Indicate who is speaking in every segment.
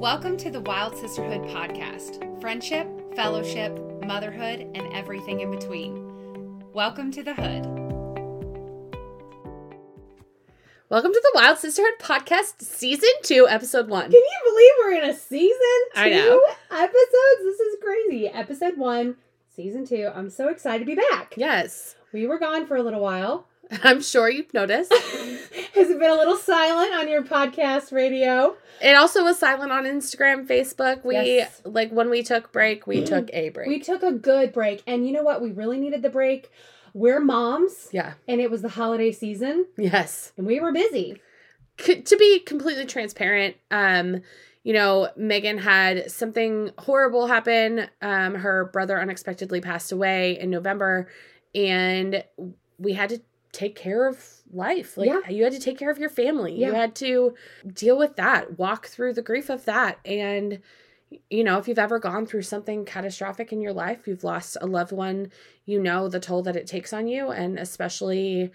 Speaker 1: Welcome to the Wild Sisterhood podcast friendship, fellowship, motherhood, and everything in between. Welcome to the hood.
Speaker 2: Welcome to the Wild Sisterhood podcast, season two, episode one.
Speaker 3: Can you believe we're in a season two
Speaker 2: I know.
Speaker 3: episodes? This is crazy. Episode one, season two. I'm so excited to be back.
Speaker 2: Yes,
Speaker 3: We were gone for a little while.
Speaker 2: I'm sure you've noticed.
Speaker 3: Has it been a little silent on your podcast radio?
Speaker 2: it also was silent on Instagram, Facebook. We
Speaker 3: Yes.
Speaker 2: like when we took break, we took a break.
Speaker 3: We took a good break, and you know what? We really needed the break. We're moms,
Speaker 2: yeah.
Speaker 3: and it was the holiday season,
Speaker 2: Yes.
Speaker 3: and we were busy.
Speaker 2: C- to be completely transparent, um, you know, Megan had something horrible happen. Um, her brother unexpectedly passed away in November, and we had to take care of life. Like
Speaker 3: Yeah.
Speaker 2: you had to take care of your family. You
Speaker 3: Yeah.
Speaker 2: had to deal with that, walk through the grief of that, and you know, if you've ever gone through something catastrophic in your life, you've lost a loved one, you know the toll that it takes on you, and especially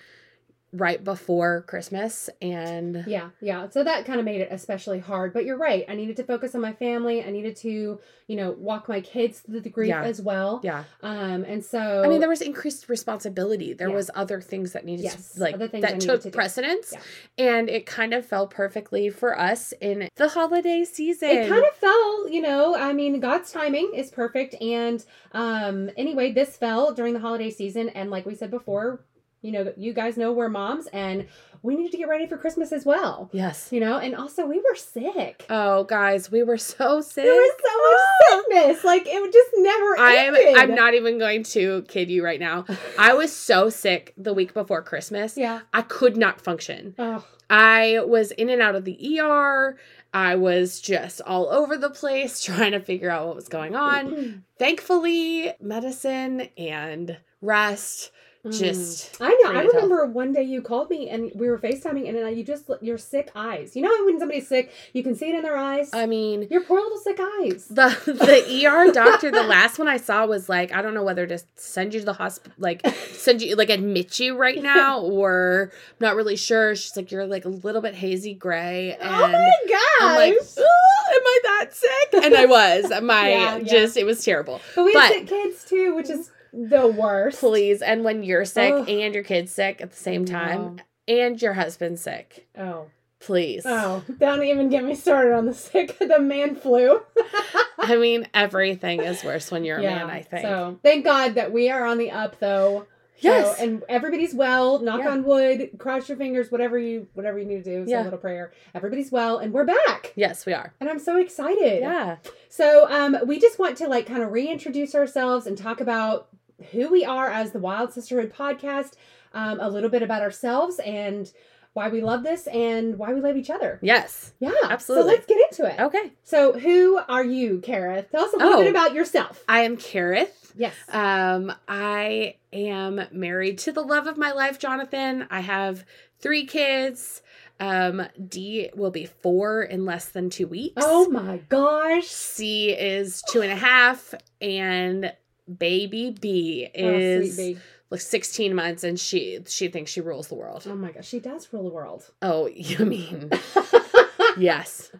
Speaker 2: right before Christmas and
Speaker 3: Yeah, yeah. So that kind of made it especially hard. But you're right. I needed to focus on my family. I needed to, you know, walk my kids through the grief
Speaker 2: Yeah.
Speaker 3: as well.
Speaker 2: Yeah.
Speaker 3: Um, and so
Speaker 2: I mean, there was increased responsibility. There
Speaker 3: Yeah.
Speaker 2: was other things that needed
Speaker 3: Yes,
Speaker 2: to, like
Speaker 3: other things I
Speaker 2: that
Speaker 3: needed
Speaker 2: took
Speaker 3: to do.
Speaker 2: precedence,
Speaker 3: Yeah.
Speaker 2: and it kind of fell perfectly for us in the holiday season.
Speaker 3: it kind of fell you know i mean god's timing is perfect and um anyway this fell during the holiday season and like we said before you know you guys know we're moms and we needed to get ready for christmas as well
Speaker 2: yes.
Speaker 3: you know and also we were sick
Speaker 2: Oh, guys, we were so sick.
Speaker 3: there was so much sickness like it would just never
Speaker 2: I'm
Speaker 3: ended.
Speaker 2: I'm not even going to kid you right now. I was so sick the week before Christmas.
Speaker 3: yeah
Speaker 2: I could not function.
Speaker 3: oh
Speaker 2: I was in and out of the ER. I was just all over the place trying to figure out what was going on. Thankfully, medicine and rest
Speaker 3: Hmm. Mm.
Speaker 2: just
Speaker 3: I know. I
Speaker 2: pretty tough.
Speaker 3: remember one day you called me and we were FaceTiming and I- you just your sick eyes. You know how when somebody's sick, you can see it in their eyes.
Speaker 2: I mean,
Speaker 3: your poor little sick eyes.
Speaker 2: Um, the the ER doctor the last one I saw was like, I don't know whether to send you to the hospital like send you like admit you right now or I'm not really sure. She's like you're like a little bit hazy gray and
Speaker 3: oh
Speaker 2: I'm
Speaker 3: my
Speaker 2: like,
Speaker 3: gosh!
Speaker 2: "Ooh, am I that sick? And I was. My
Speaker 3: Yeah, yeah.
Speaker 2: just it was terrible.
Speaker 3: but we
Speaker 2: but-
Speaker 3: have sick kids too, which is the worst.
Speaker 2: Please, and when you're sick
Speaker 3: Ugh.
Speaker 2: and your kid's sick at the same time, and your husband's sick,
Speaker 3: Oh,
Speaker 2: please.
Speaker 3: oh, don't even get me started on the sick. The man flu.
Speaker 2: I mean, everything is worse when you're a man. I think.
Speaker 3: So thank God that we are on the up though. So-
Speaker 2: yes.
Speaker 3: and everybody's well. Knock
Speaker 2: Yeah.
Speaker 3: on wood. Cross your fingers. Whatever you whatever you need to do. Say
Speaker 2: Yeah.
Speaker 3: a little prayer. Everybody's well, and we're back.
Speaker 2: yes, we are.
Speaker 3: And I'm so excited.
Speaker 2: Yeah.
Speaker 3: So um, we just want to like kind of reintroduce ourselves and talk about who we are as the Wild Sisterhood podcast, um, a little bit about ourselves and why we love this and why we love each other.
Speaker 2: Yes.
Speaker 3: Yeah,
Speaker 2: Absolutely.
Speaker 3: So let's get into it.
Speaker 2: Okay.
Speaker 3: So who are you, Kara? Tell us a little
Speaker 2: Oh.
Speaker 3: bit about yourself.
Speaker 2: I am Kareth.
Speaker 3: Yes.
Speaker 2: Um, I am married to the love of my life, Jonathan. I have three kids. Um, D will be four in less than two weeks.
Speaker 3: oh my gosh.
Speaker 2: C is two and a half, and baby B
Speaker 3: Oh,
Speaker 2: is
Speaker 3: sweet bee.
Speaker 2: like sixteen months, and she she thinks she rules the world.
Speaker 3: Oh my gosh, she does rule the world.
Speaker 2: Oh, you mean yes?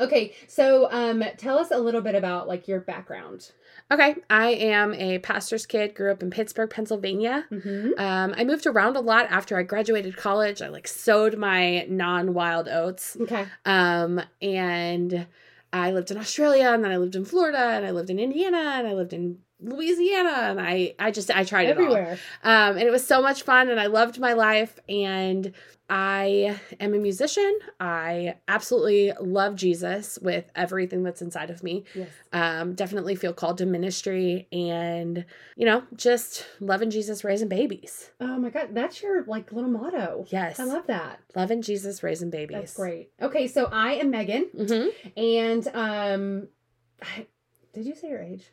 Speaker 3: okay, so um, tell us a little bit about like your background.
Speaker 2: Okay, I am a pastor's kid. Grew up in Pittsburgh, Pennsylvania.
Speaker 3: Mm-hmm.
Speaker 2: Um, I moved around a lot after I graduated college. I like sowed my non wild oats.
Speaker 3: Okay.
Speaker 2: Um, and I lived in Australia and then I lived in Florida and I lived in Indiana and I lived in Louisiana and I, I just, I tried it all.
Speaker 3: Everywhere.
Speaker 2: Um, and it was so much fun and I loved my life. And I am a musician. I absolutely love Jesus with everything that's inside of me.
Speaker 3: Yes.
Speaker 2: Um, definitely feel called to ministry and, you know, just loving Jesus, raising babies.
Speaker 3: Oh my god, that's your like little motto.
Speaker 2: Yes.
Speaker 3: I love that.
Speaker 2: Loving Jesus, raising babies.
Speaker 3: That's great. Okay, so I am Megan,
Speaker 2: hmm
Speaker 3: and um, I, did you say your age?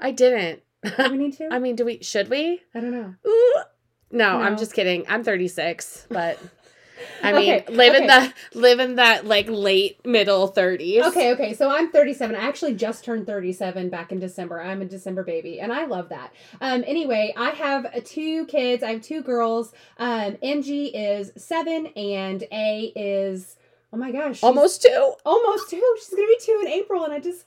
Speaker 2: I didn't.
Speaker 3: Do we need to?
Speaker 2: I mean, do we, should we?
Speaker 3: I don't know.
Speaker 2: Ooh. No, I'm
Speaker 3: No.
Speaker 2: just kidding. I'm 36, but I mean,
Speaker 3: Okay,
Speaker 2: living
Speaker 3: okay.
Speaker 2: the living that like late middle 30s.
Speaker 3: Okay, okay. So I'm 37. I actually just turned 37 back in December. I'm a December baby, and I love that. Um, anyway, I have uh, two kids. I have two girls. Um, MG is seven, and A is Oh my gosh. she's
Speaker 2: Almost two.
Speaker 3: almost two. She's gonna be two in April, and I just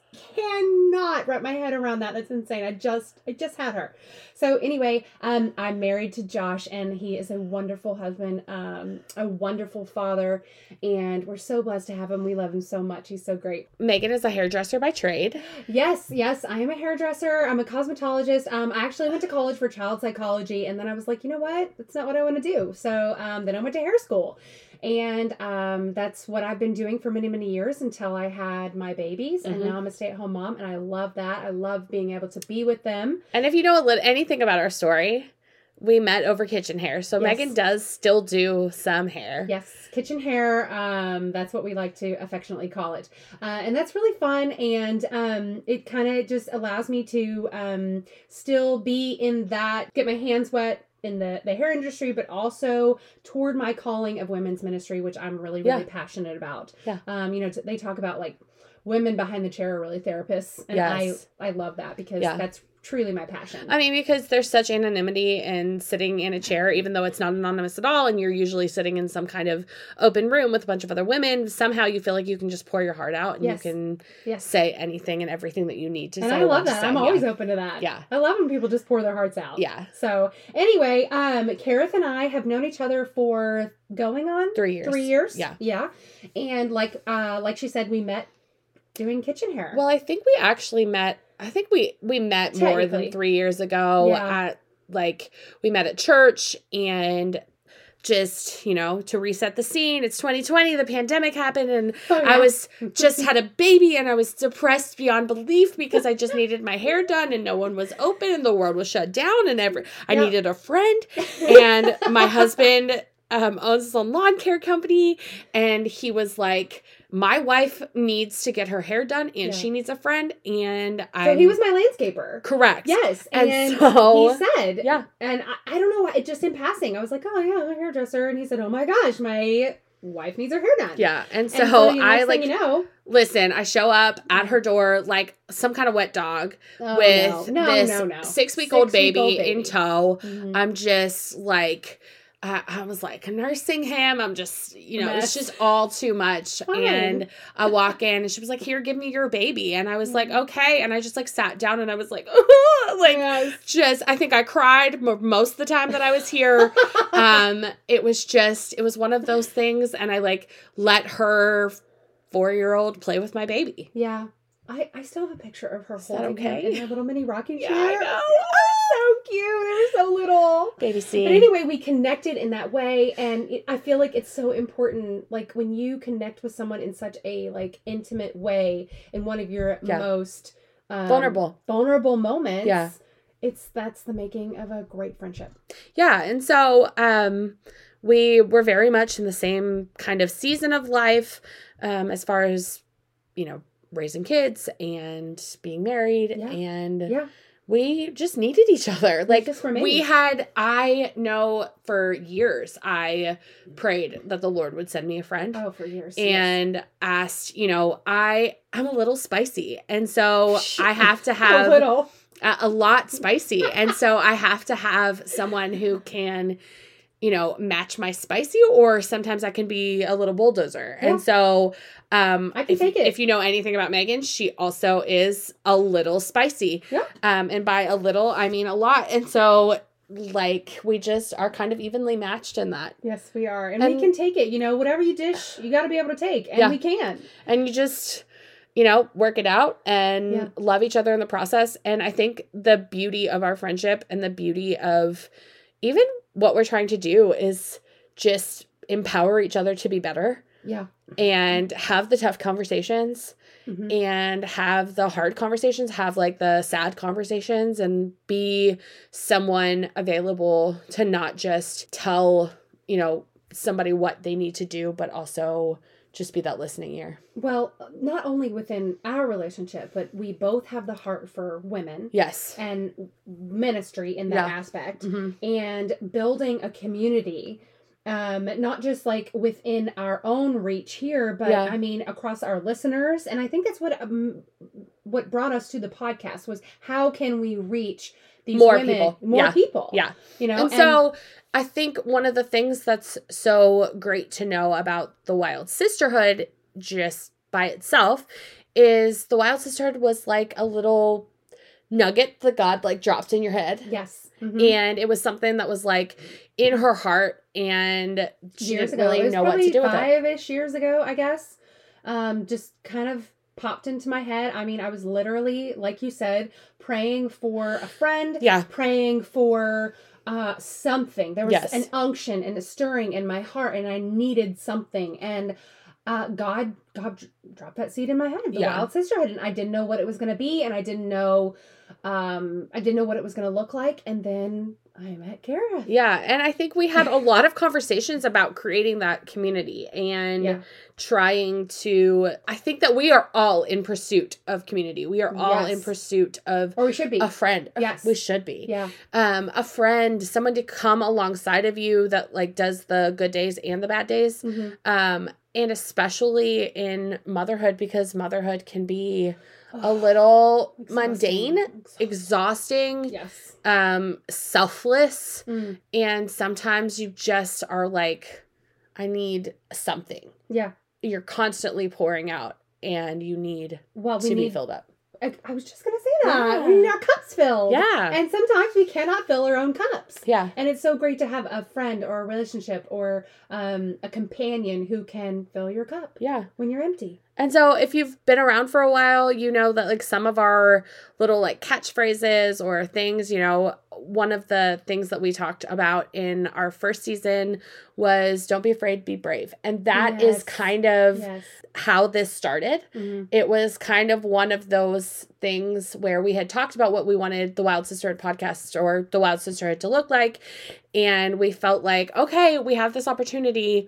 Speaker 3: cannot wrap my head around that. That's insane. I just I just had her. So anyway, um, I'm married to Josh, and he is a wonderful husband, um, a wonderful father, and we're so blessed to have him. We love him so much. He's so great.
Speaker 2: Megan is a hairdresser by trade.
Speaker 3: Yes, yes, I am a hairdresser. I'm a cosmetologist. Um, I actually went to college for child psychology, and then I was like, you know what? That's not what I want to do. So um, then I went to hair school, and um, that's what I've been doing for many, many years until I had my babies, and
Speaker 2: Mhm.
Speaker 3: now I'm a stay-at-home mom, and I love that. I love being able to be with them.
Speaker 2: And if you know a lit- anything about our story, we met over kitchen hair. So
Speaker 3: Yes.
Speaker 2: Megan does still do some hair.
Speaker 3: Yes, kitchen hair. Um, that's what we like to affectionately call it, uh, and that's really fun. And um, it kind of just allows me to um, still be in that, get my hands wet in the the hair industry, but also toward my calling of women's ministry, which I'm really really
Speaker 2: Yeah.
Speaker 3: passionate about.
Speaker 2: Yeah.
Speaker 3: Um, you know, t- they talk about like women behind the chair are really therapists, and
Speaker 2: Yes.
Speaker 3: I I love that because
Speaker 2: Yeah.
Speaker 3: that's truly my passion.
Speaker 2: I mean, because there's such anonymity in sitting in a chair, even though it's not anonymous at all, and you're usually sitting in some kind of open room with a bunch of other women, somehow you feel like you can just pour your heart out and
Speaker 3: Yes.
Speaker 2: you can
Speaker 3: Yes.
Speaker 2: say anything and everything that you need to
Speaker 3: and
Speaker 2: say.
Speaker 3: I
Speaker 2: or
Speaker 3: love
Speaker 2: want to
Speaker 3: that.
Speaker 2: say.
Speaker 3: I'm
Speaker 2: Yeah.
Speaker 3: always open to that.
Speaker 2: Yeah.
Speaker 3: I love when people just pour their hearts out.
Speaker 2: Yeah.
Speaker 3: So anyway, um, Kareth and I have known each other for going on
Speaker 2: Three years.
Speaker 3: three years.
Speaker 2: Yeah.
Speaker 3: yeah, and like uh, like she said, we met doing kitchen hair.
Speaker 2: Well, I think we actually met. I think we we met more
Speaker 3: Technically.
Speaker 2: than three years ago.
Speaker 3: Yeah.
Speaker 2: At like we met at church and just you know to reset the scene. It's 2020. The pandemic happened, and
Speaker 3: Oh, yeah.
Speaker 2: I was just had a baby, and I was depressed beyond belief because I just needed my hair done, and no one was open, and the world was shut down, and every I
Speaker 3: Yeah.
Speaker 2: needed a friend, and my husband um, owns his own lawn care company and he was like my wife needs to get her hair done and
Speaker 3: Yeah.
Speaker 2: she needs a friend and i
Speaker 3: so he was my landscaper.
Speaker 2: correct
Speaker 3: Yes,
Speaker 2: and,
Speaker 3: and,
Speaker 2: so
Speaker 3: he said,
Speaker 2: yeah
Speaker 3: and I, I don't know why. It just in passing, I was like, oh yeah, I'm a hairdresser, and he said, oh my gosh, my wife needs her hair done.
Speaker 2: yeah and so,
Speaker 3: And so, the next
Speaker 2: i
Speaker 3: thing
Speaker 2: like
Speaker 3: you know
Speaker 2: listen i show up at her door like some kind of wet dog
Speaker 3: oh,
Speaker 2: with
Speaker 3: no, no,
Speaker 2: this
Speaker 3: no, no.
Speaker 2: six week
Speaker 3: Six-week-old
Speaker 2: old baby in tow
Speaker 3: Mhm.
Speaker 2: I'm just like, I, I was like nursing him. I'm just, you know, it's
Speaker 3: Mess.
Speaker 2: just all too much.
Speaker 3: Fine.
Speaker 2: And I walk in and she was like, here, give me your baby. And I was like,
Speaker 3: Mhm.
Speaker 2: okay. And I just like sat down and I was like, like,
Speaker 3: Yes.
Speaker 2: just, I think I cried mo most of the time that I was here. um, it was just, it was one of those things. And I like let her four year old play with my baby.
Speaker 3: Yeah. I, I still have a picture of her
Speaker 2: Is that
Speaker 3: holding him
Speaker 2: okay?
Speaker 3: in her little mini rocking
Speaker 2: Yeah,
Speaker 3: chair.
Speaker 2: I know.
Speaker 3: So cute. They were so little.
Speaker 2: Baby C.
Speaker 3: But anyway, we connected in that way, and it, I feel like it's so important. Like when you connect with someone in such a like intimate way, in one of your
Speaker 2: Yeah.
Speaker 3: most um,
Speaker 2: Vulnerable.
Speaker 3: vulnerable moments.
Speaker 2: Yeah.
Speaker 3: It's that's the making of a great friendship.
Speaker 2: Yeah, and so um we were very much in the same kind of season of life um as far as you know, raising kids and being married
Speaker 3: Yeah.
Speaker 2: and
Speaker 3: Yeah.
Speaker 2: we just needed each other. Like
Speaker 3: just
Speaker 2: we had I know for years I prayed that the Lord would send me a friend
Speaker 3: oh for years yes.
Speaker 2: and asked, you know, I I'm a little spicy and so I have to
Speaker 3: so
Speaker 2: have
Speaker 3: little.
Speaker 2: a, a lot spicy. And so I have to have someone who can, you know, match my spicy, or sometimes I can be a little bulldozer.
Speaker 3: Yeah.
Speaker 2: And so, um,
Speaker 3: I can
Speaker 2: if,
Speaker 3: take it.
Speaker 2: if you know anything about Megan, she also is a little spicy.
Speaker 3: Yeah.
Speaker 2: Um, and by a little, I mean a lot. And so, like, we just are kind of evenly matched in that.
Speaker 3: Yes, we are, and, we
Speaker 2: And-
Speaker 3: can take it. You know, whatever you dish, you got to be able to take, and
Speaker 2: Yeah.
Speaker 3: we can.
Speaker 2: and you just you know work it out and
Speaker 3: Yeah.
Speaker 2: love each other in the process and i think the beauty of our friendship and the beauty of even what we're trying to do is just empower each other to be better
Speaker 3: Yeah.
Speaker 2: and have the tough conversations
Speaker 3: Mhm.
Speaker 2: and have the hard conversations have like the sad conversations and be someone available to not just tell you know somebody what they need to do but also just be that listening ear
Speaker 3: Well, not only within our relationship, but we both have the heart for women
Speaker 2: yes
Speaker 3: and ministry in that
Speaker 2: Yeah.
Speaker 3: aspect
Speaker 2: Mhm.
Speaker 3: and building a community um not just like within our own reach here but
Speaker 2: Yeah.
Speaker 3: i mean across our listeners and i think that's what um, what brought us to the podcast was how can we reach these
Speaker 2: More
Speaker 3: women,
Speaker 2: people.
Speaker 3: more
Speaker 2: Yeah.
Speaker 3: people
Speaker 2: Yeah.
Speaker 3: you know
Speaker 2: And so I think one of the things that's so great to know about the Wild Sisterhood just by itself is the Wild Sisterhood was like a little nugget that God like dropped in your head.
Speaker 3: yes Mhm.
Speaker 2: And it was something that was like in her heart and she
Speaker 3: years
Speaker 2: didn't
Speaker 3: ago it
Speaker 2: really
Speaker 3: was
Speaker 2: know what to
Speaker 3: probably
Speaker 2: do with it.
Speaker 3: five-ish years ago i guess um just kind of popped into my head i mean i was literally like you said praying for a friend
Speaker 2: Yeah.
Speaker 3: praying for uh, something. There was
Speaker 2: Yes.
Speaker 3: an unction and a stirring in my heart, and I needed something. And uh, God, God dr- dropped that seed in my head of the
Speaker 2: Yeah.
Speaker 3: wild sisterhood, and I didn't know what it was going to be, and I didn't know, um, I didn't know what it was going to look like. And then I met Kara.
Speaker 2: Yeah, and I think we had a lot of conversations about creating that community and
Speaker 3: Yeah.
Speaker 2: trying to I think that we are all in pursuit of community. We are all in
Speaker 3: Yes.
Speaker 2: pursuit of
Speaker 3: Or we should be.
Speaker 2: a friend. Uh,
Speaker 3: Yes.
Speaker 2: We should be.
Speaker 3: yeah.
Speaker 2: Um a friend, someone to come alongside of you that like does the good days and the bad days.
Speaker 3: Mhm.
Speaker 2: Um and especially in motherhood because motherhood can be a
Speaker 3: Oh,
Speaker 2: little
Speaker 3: exhausting.
Speaker 2: mundane, exhausting,
Speaker 3: Yes.
Speaker 2: um selfless
Speaker 3: Mm.
Speaker 2: and sometimes you just are like i need something
Speaker 3: Yeah.
Speaker 2: you're constantly pouring out and you need
Speaker 3: Well, we
Speaker 2: to be
Speaker 3: need.
Speaker 2: filled up
Speaker 3: I, I was just gonna say that
Speaker 2: Yeah.
Speaker 3: we need our cups filled.
Speaker 2: yeah
Speaker 3: And sometimes we cannot fill our own cups.
Speaker 2: yeah
Speaker 3: And it's so great to have a friend or a relationship or um, a companion who can fill your cup
Speaker 2: yeah
Speaker 3: when you're empty.
Speaker 2: and so if you've been around for a while you know that like some of our little like catchphrases or things you know one of the things that we talked about in our first season was don't be afraid be brave and that is
Speaker 3: Yes.
Speaker 2: kind of Mm-hmm.
Speaker 3: Yes.
Speaker 2: how this started it was kind of one of those things where we had talked about what we wanted the Wild Sisterhood podcast or the Wild Sisterhood to look like. And we felt like, okay, we have this opportunity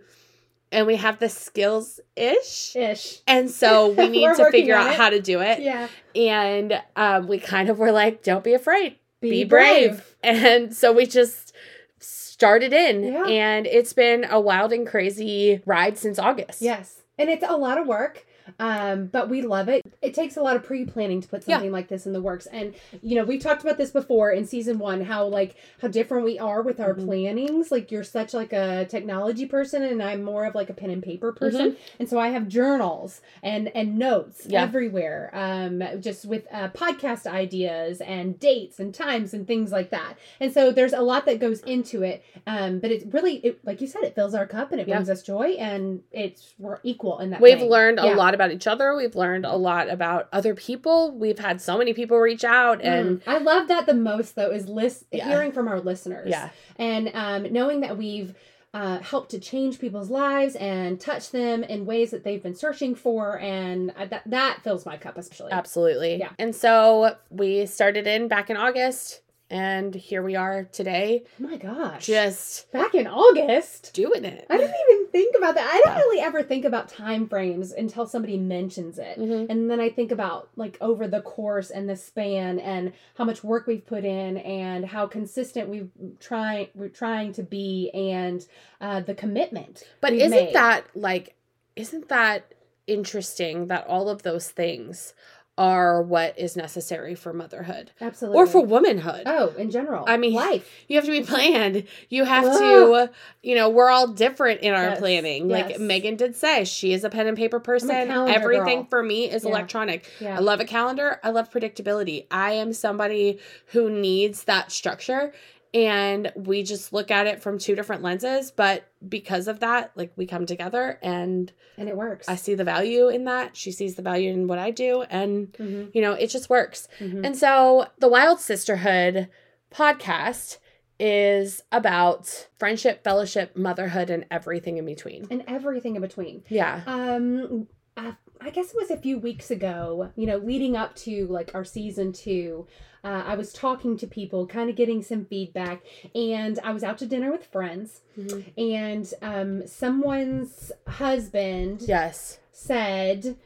Speaker 2: and we have the skills ish.
Speaker 3: Ish.
Speaker 2: And so we need
Speaker 3: We're
Speaker 2: to
Speaker 3: working
Speaker 2: figure
Speaker 3: on
Speaker 2: out
Speaker 3: it.
Speaker 2: how to do it.
Speaker 3: Yeah.
Speaker 2: And um, we kind of were like, don't be afraid, be, brave. And so we just started in.
Speaker 3: Yeah.
Speaker 2: And it's been a wild and crazy ride since August.
Speaker 3: Yes. And it's a lot of work. Um, but we love it. It takes a lot of pre-planning to put
Speaker 2: Yeah.
Speaker 3: something like this in the works. And you know, we've talked about this before in season one, how like how different we are with our
Speaker 2: Mhm.
Speaker 3: plannings. Like you're such like a technology person and I'm more of like a pen and
Speaker 2: Mm-hmm.
Speaker 3: paper person. And so I have journals and and notes
Speaker 2: Yeah.
Speaker 3: everywhere. Um, just with uh, podcast ideas and dates and times and things like that. And so there's a lot that goes into it. Um, but it's really it, like you said, it fills our cup and it
Speaker 2: Yeah.
Speaker 3: brings us joy, and it's we're equal in that.
Speaker 2: We've
Speaker 3: thing.
Speaker 2: learned a
Speaker 3: Yeah.
Speaker 2: lot about each other. We've learned a lot about other people. We've had so many people reach out and
Speaker 3: Mm. I love that the most though is list
Speaker 2: Yeah.
Speaker 3: hearing from our listeners.
Speaker 2: yeah,
Speaker 3: and um, knowing that we've. Uh, helped to change people's lives and touch them in ways that they've been searching for, and uh, that that fills my cup especially.
Speaker 2: absolutely.
Speaker 3: Yeah.
Speaker 2: And so we started in back in August and here we are today
Speaker 3: Oh my gosh!
Speaker 2: just
Speaker 3: back in August,
Speaker 2: doing it.
Speaker 3: I didn't even think about that. I don't
Speaker 2: Yeah.
Speaker 3: really ever think about time frames until somebody mentions it.
Speaker 2: Mhm.
Speaker 3: And then I think about like over the course and the span and how much work we've put in and how consistent we've trying we're trying to be and uh, the commitment.
Speaker 2: But
Speaker 3: we've
Speaker 2: isn't
Speaker 3: made.
Speaker 2: that like isn't that interesting that all of those things are what is necessary for motherhood
Speaker 3: absolutely
Speaker 2: or for womanhood?
Speaker 3: oh in general?
Speaker 2: I mean-
Speaker 3: life.
Speaker 2: You have to be planned. You have
Speaker 3: Ugh.
Speaker 2: to, you know, we're all different in our
Speaker 3: Yes,
Speaker 2: planning. Like
Speaker 3: yes.
Speaker 2: Megan did say, she is a pen and paper person.
Speaker 3: calendar
Speaker 2: Everything
Speaker 3: girl.
Speaker 2: for me is
Speaker 3: Yeah.
Speaker 2: electronic.
Speaker 3: Yeah.
Speaker 2: I love a calendar. I love predictability. I am somebody who needs that structure. And we just look at it from two different lenses. But because of that, like we come together and
Speaker 3: and it works.
Speaker 2: I see the value in that. She sees the value in what I do. And,
Speaker 3: Mhm,
Speaker 2: you know, it just works.
Speaker 3: mhm.
Speaker 2: And so the Wild Sisterhood podcast is about friendship, fellowship, motherhood, and everything in between.
Speaker 3: and everything in between.
Speaker 2: Yeah.
Speaker 3: Um, I, I guess it was a few weeks ago, you know, leading up to like our season two. Uh, I was talking to people, kind of getting some feedback, and I was out to dinner with friends,
Speaker 2: Mm-hmm.
Speaker 3: and um, someone's husband
Speaker 2: Yes.
Speaker 3: said,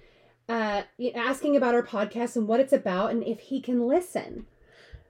Speaker 3: uh, you know, asking about our podcast and what it's about and if he can listen.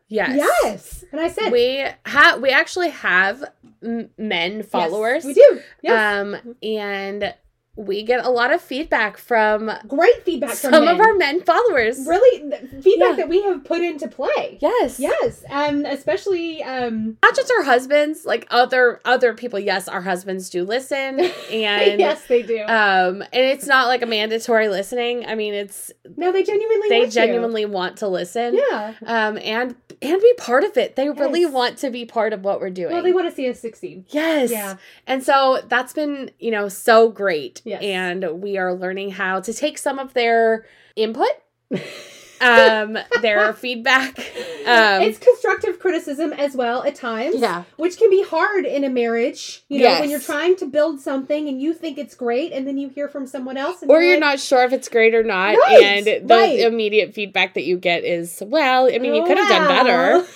Speaker 2: Yes.
Speaker 3: Yes. And I said,
Speaker 2: We have we actually have m- men
Speaker 3: yes,
Speaker 2: followers.
Speaker 3: we do. Yes.
Speaker 2: Um and we get a lot of feedback from
Speaker 3: Great feedback from
Speaker 2: Uh, some
Speaker 3: men.
Speaker 2: of our men followers.
Speaker 3: really th- feedback
Speaker 2: Yeah.
Speaker 3: that we have put into play.
Speaker 2: Yes.
Speaker 3: Yes. Um, especially um
Speaker 2: Not just our husbands, like other other people. Yes, our husbands do listen and
Speaker 3: yes, they do.
Speaker 2: um and it's not like a mandatory listening. I mean, it's
Speaker 3: no, they genuinely
Speaker 2: they
Speaker 3: want you.
Speaker 2: genuinely want to listen.
Speaker 3: Yeah.
Speaker 2: Um and and be part of it. They really
Speaker 3: Yes.
Speaker 2: want to be part of what we're doing.
Speaker 3: Well, they want to see us succeed.
Speaker 2: Yes.
Speaker 3: Yeah.
Speaker 2: And so that's been, you know, so great.
Speaker 3: Yes.
Speaker 2: And we are learning how to take some of their input, um, their feedback. Um,
Speaker 3: it's constructive criticism as well at times.
Speaker 2: yeah.
Speaker 3: Which can be hard in a marriage, you know, when
Speaker 2: Yes.
Speaker 3: you're trying to build something and you think it's great, and then you hear from someone else, and
Speaker 2: Or you're
Speaker 3: like,
Speaker 2: not sure if it's great or not.
Speaker 3: Right,
Speaker 2: and the
Speaker 3: right.
Speaker 2: immediate feedback that you get is, well, I mean, you could have done
Speaker 3: "Wow."
Speaker 2: better.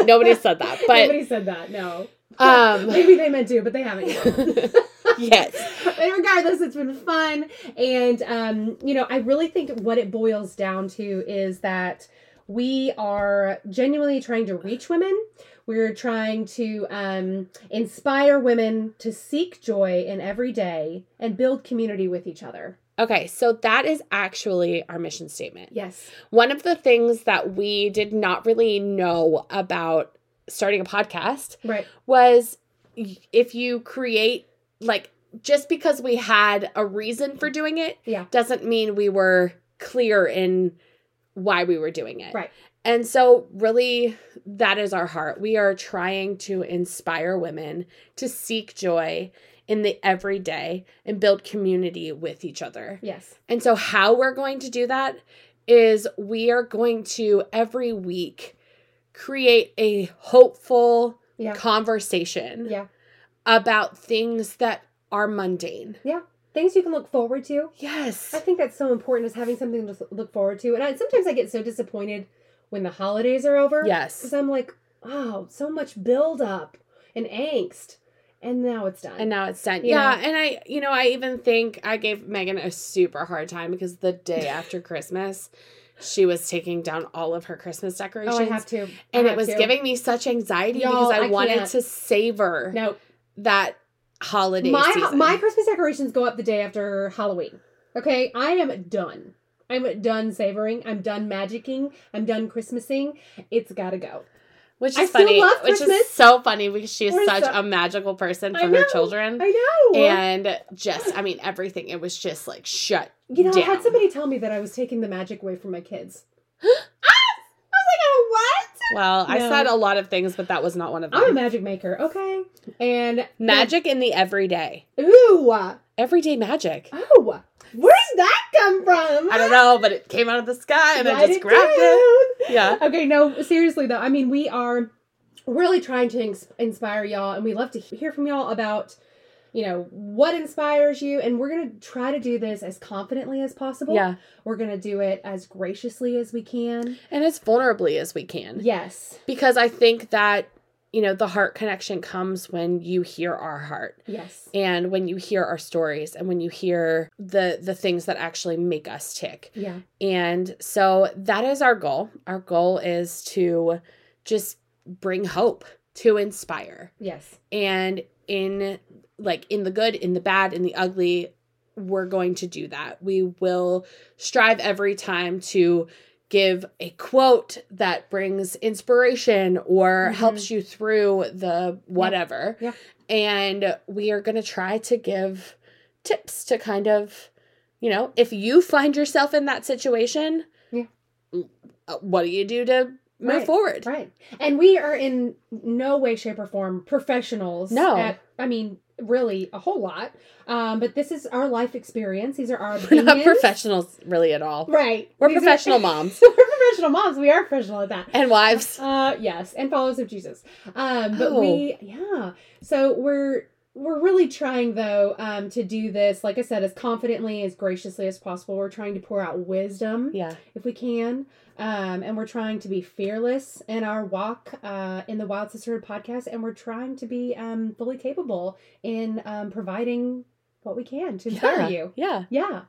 Speaker 2: nobody said that. But
Speaker 3: Nobody said that. No.
Speaker 2: um,
Speaker 3: Maybe they meant to, but they haven't. yet.
Speaker 2: yes.
Speaker 3: but regardless, it's been fun. And, um, you know, I really think what it boils down to is that we are genuinely trying to reach women. We're trying to um, inspire women to seek joy in every day and build community with each other.
Speaker 2: Okay. So that is actually our mission statement.
Speaker 3: Yes.
Speaker 2: One of the things that we did not really know about starting a podcast
Speaker 3: Right.
Speaker 2: was y- if you create, like, just because we had a reason for doing it
Speaker 3: Yeah.
Speaker 2: doesn't mean we were clear in why we were doing it.
Speaker 3: Right.
Speaker 2: And so, really, that is our heart. We are trying to inspire women to seek joy in the everyday and build community with each other.
Speaker 3: Yes.
Speaker 2: And so, how we're going to do that is we are going to every week create a hopeful
Speaker 3: Yeah.
Speaker 2: conversation
Speaker 3: Yeah.
Speaker 2: about things that are mundane.
Speaker 3: Things you can look forward to.
Speaker 2: Yes.
Speaker 3: I think that's so important is having something to look forward to. And I, sometimes I get so disappointed when the holidays are over. Because
Speaker 2: Yes.
Speaker 3: I'm like, oh, so much buildup and angst. And now it's done.
Speaker 2: And now it's done.
Speaker 3: Yeah.
Speaker 2: Yeah. And I, you know, I even think I gave Megan a super hard time because the day after Christmas, she was taking down all of her Christmas decorations.
Speaker 3: oh, I have to. I
Speaker 2: and it
Speaker 3: have
Speaker 2: was
Speaker 3: to.
Speaker 2: giving me such anxiety
Speaker 3: Y'all,
Speaker 2: because I,
Speaker 3: I
Speaker 2: wanted
Speaker 3: can't.
Speaker 2: to savor
Speaker 3: No.
Speaker 2: that holiday
Speaker 3: My,
Speaker 2: season.
Speaker 3: my Christmas decorations go up the day after Halloween. Okay. I am done. I'm done savoring. I'm done magicking. I'm done Christmasing. It's got to go.
Speaker 2: Which is
Speaker 3: I still
Speaker 2: funny.
Speaker 3: love
Speaker 2: which
Speaker 3: Christmas.
Speaker 2: is so funny because she is
Speaker 3: We're
Speaker 2: such
Speaker 3: so-
Speaker 2: a magical person
Speaker 3: I
Speaker 2: for
Speaker 3: know,
Speaker 2: her children.
Speaker 3: I know.
Speaker 2: And just, I mean, everything. It was just like shut.
Speaker 3: you know, I
Speaker 2: down.
Speaker 3: had somebody tell me that I was taking the magic away from my kids. I was like, oh, what?
Speaker 2: Well, I
Speaker 3: No.
Speaker 2: said a lot of things, but that was not one of them.
Speaker 3: I'm a magic maker, okay? And
Speaker 2: magic in the everyday.
Speaker 3: Ooh,
Speaker 2: Everyday magic.
Speaker 3: Oh, where did that come from?
Speaker 2: I don't know, but it came out of the sky and I
Speaker 3: Write
Speaker 2: just grabbed it.
Speaker 3: down.
Speaker 2: Yeah.
Speaker 3: Okay, no, seriously though. I mean, we are really trying to ins- inspire y'all, and we love to hear from y'all about, you know, what inspires you. And we're gonna try to do this as confidently as possible.
Speaker 2: Yeah.
Speaker 3: We're gonna do it as graciously as we can.
Speaker 2: And as vulnerably as we can.
Speaker 3: Yes.
Speaker 2: Because I think that, you know, the heart connection comes when you hear our heart.
Speaker 3: Yes.
Speaker 2: and when you hear our stories and when you hear the the things that actually make us tick
Speaker 3: Yeah.
Speaker 2: and so that is our goal our goal is to just bring hope to inspire
Speaker 3: Yes.
Speaker 2: and in like in the good in the bad in the ugly we're going to do that we will strive every time to give a quote that brings inspiration or
Speaker 3: Mhm.
Speaker 2: helps you through the whatever
Speaker 3: Yeah.
Speaker 2: and we are going to try to give tips to kind of you know if you find yourself in that situation
Speaker 3: Yeah.
Speaker 2: uh, what do you do to move
Speaker 3: Right,
Speaker 2: forward
Speaker 3: Right. And we are in no way, shape, or form professionals.
Speaker 2: No.
Speaker 3: At, I mean, really, a whole lot. Um, but this is our life experience. These are our
Speaker 2: we're
Speaker 3: opinions.
Speaker 2: not professionals really at all
Speaker 3: Right.
Speaker 2: We're
Speaker 3: These are-
Speaker 2: professional moms.
Speaker 3: we're professional moms. We are professional at that.
Speaker 2: and wives
Speaker 3: Uh, yes, and followers of Jesus. Um, but
Speaker 2: Oh.
Speaker 3: we, yeah. So we're we're really trying though um, to do this, like I said, as confidently as graciously as possible. We're trying to pour out wisdom
Speaker 2: yeah
Speaker 3: if we can. Um, and we're trying to be fearless in our walk uh, in the Wild Sisterhood podcast, and we're trying to be um, fully capable in um, providing what we can to inspire
Speaker 2: yeah.
Speaker 3: you.
Speaker 2: Yeah.
Speaker 3: Yeah.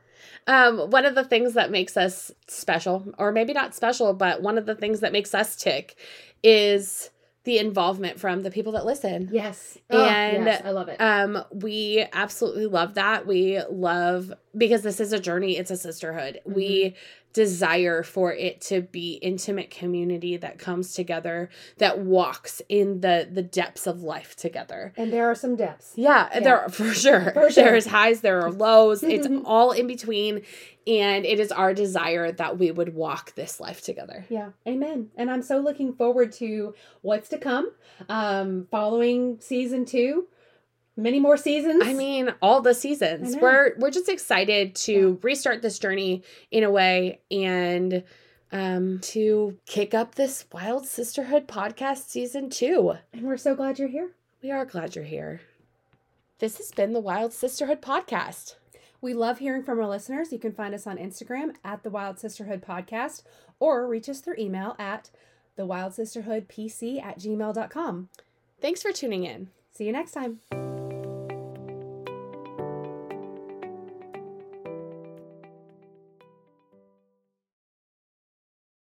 Speaker 2: Um, one of the things that makes us special, or maybe not special, but one of the things that makes us tick is the involvement from the people that listen.
Speaker 3: Yes. Oh,
Speaker 2: And,
Speaker 3: yes, I love it.
Speaker 2: Um, we absolutely love that. We love because this is a journey, it's a sisterhood. We desire for it to be intimate community that comes together, that walks in the the depths of life together.
Speaker 3: and there are some depths.
Speaker 2: Yeah,
Speaker 3: Yeah.
Speaker 2: there for sure.
Speaker 3: For sure.
Speaker 2: There's highs, there are lows. it's all in between, and it is our desire that we would walk this life together.
Speaker 3: Yeah. Amen. And I'm so looking forward to what's to come um following season 2. Many more seasons.
Speaker 2: I mean, all the seasons.
Speaker 3: I know.
Speaker 2: We're we're just excited to restart this journey in a way and um to kick up this wild sisterhood podcast season 2.
Speaker 3: and we're so glad you're here.
Speaker 2: We are glad you're here. This has been the Wild Sisterhood podcast.
Speaker 3: We love hearing from our listeners. You can find us on Instagram at the Wild Sisterhood Podcast or reach us through email at thewildsisterhoodpc at gmail.com.
Speaker 2: Thanks for tuning in.
Speaker 3: See you next time.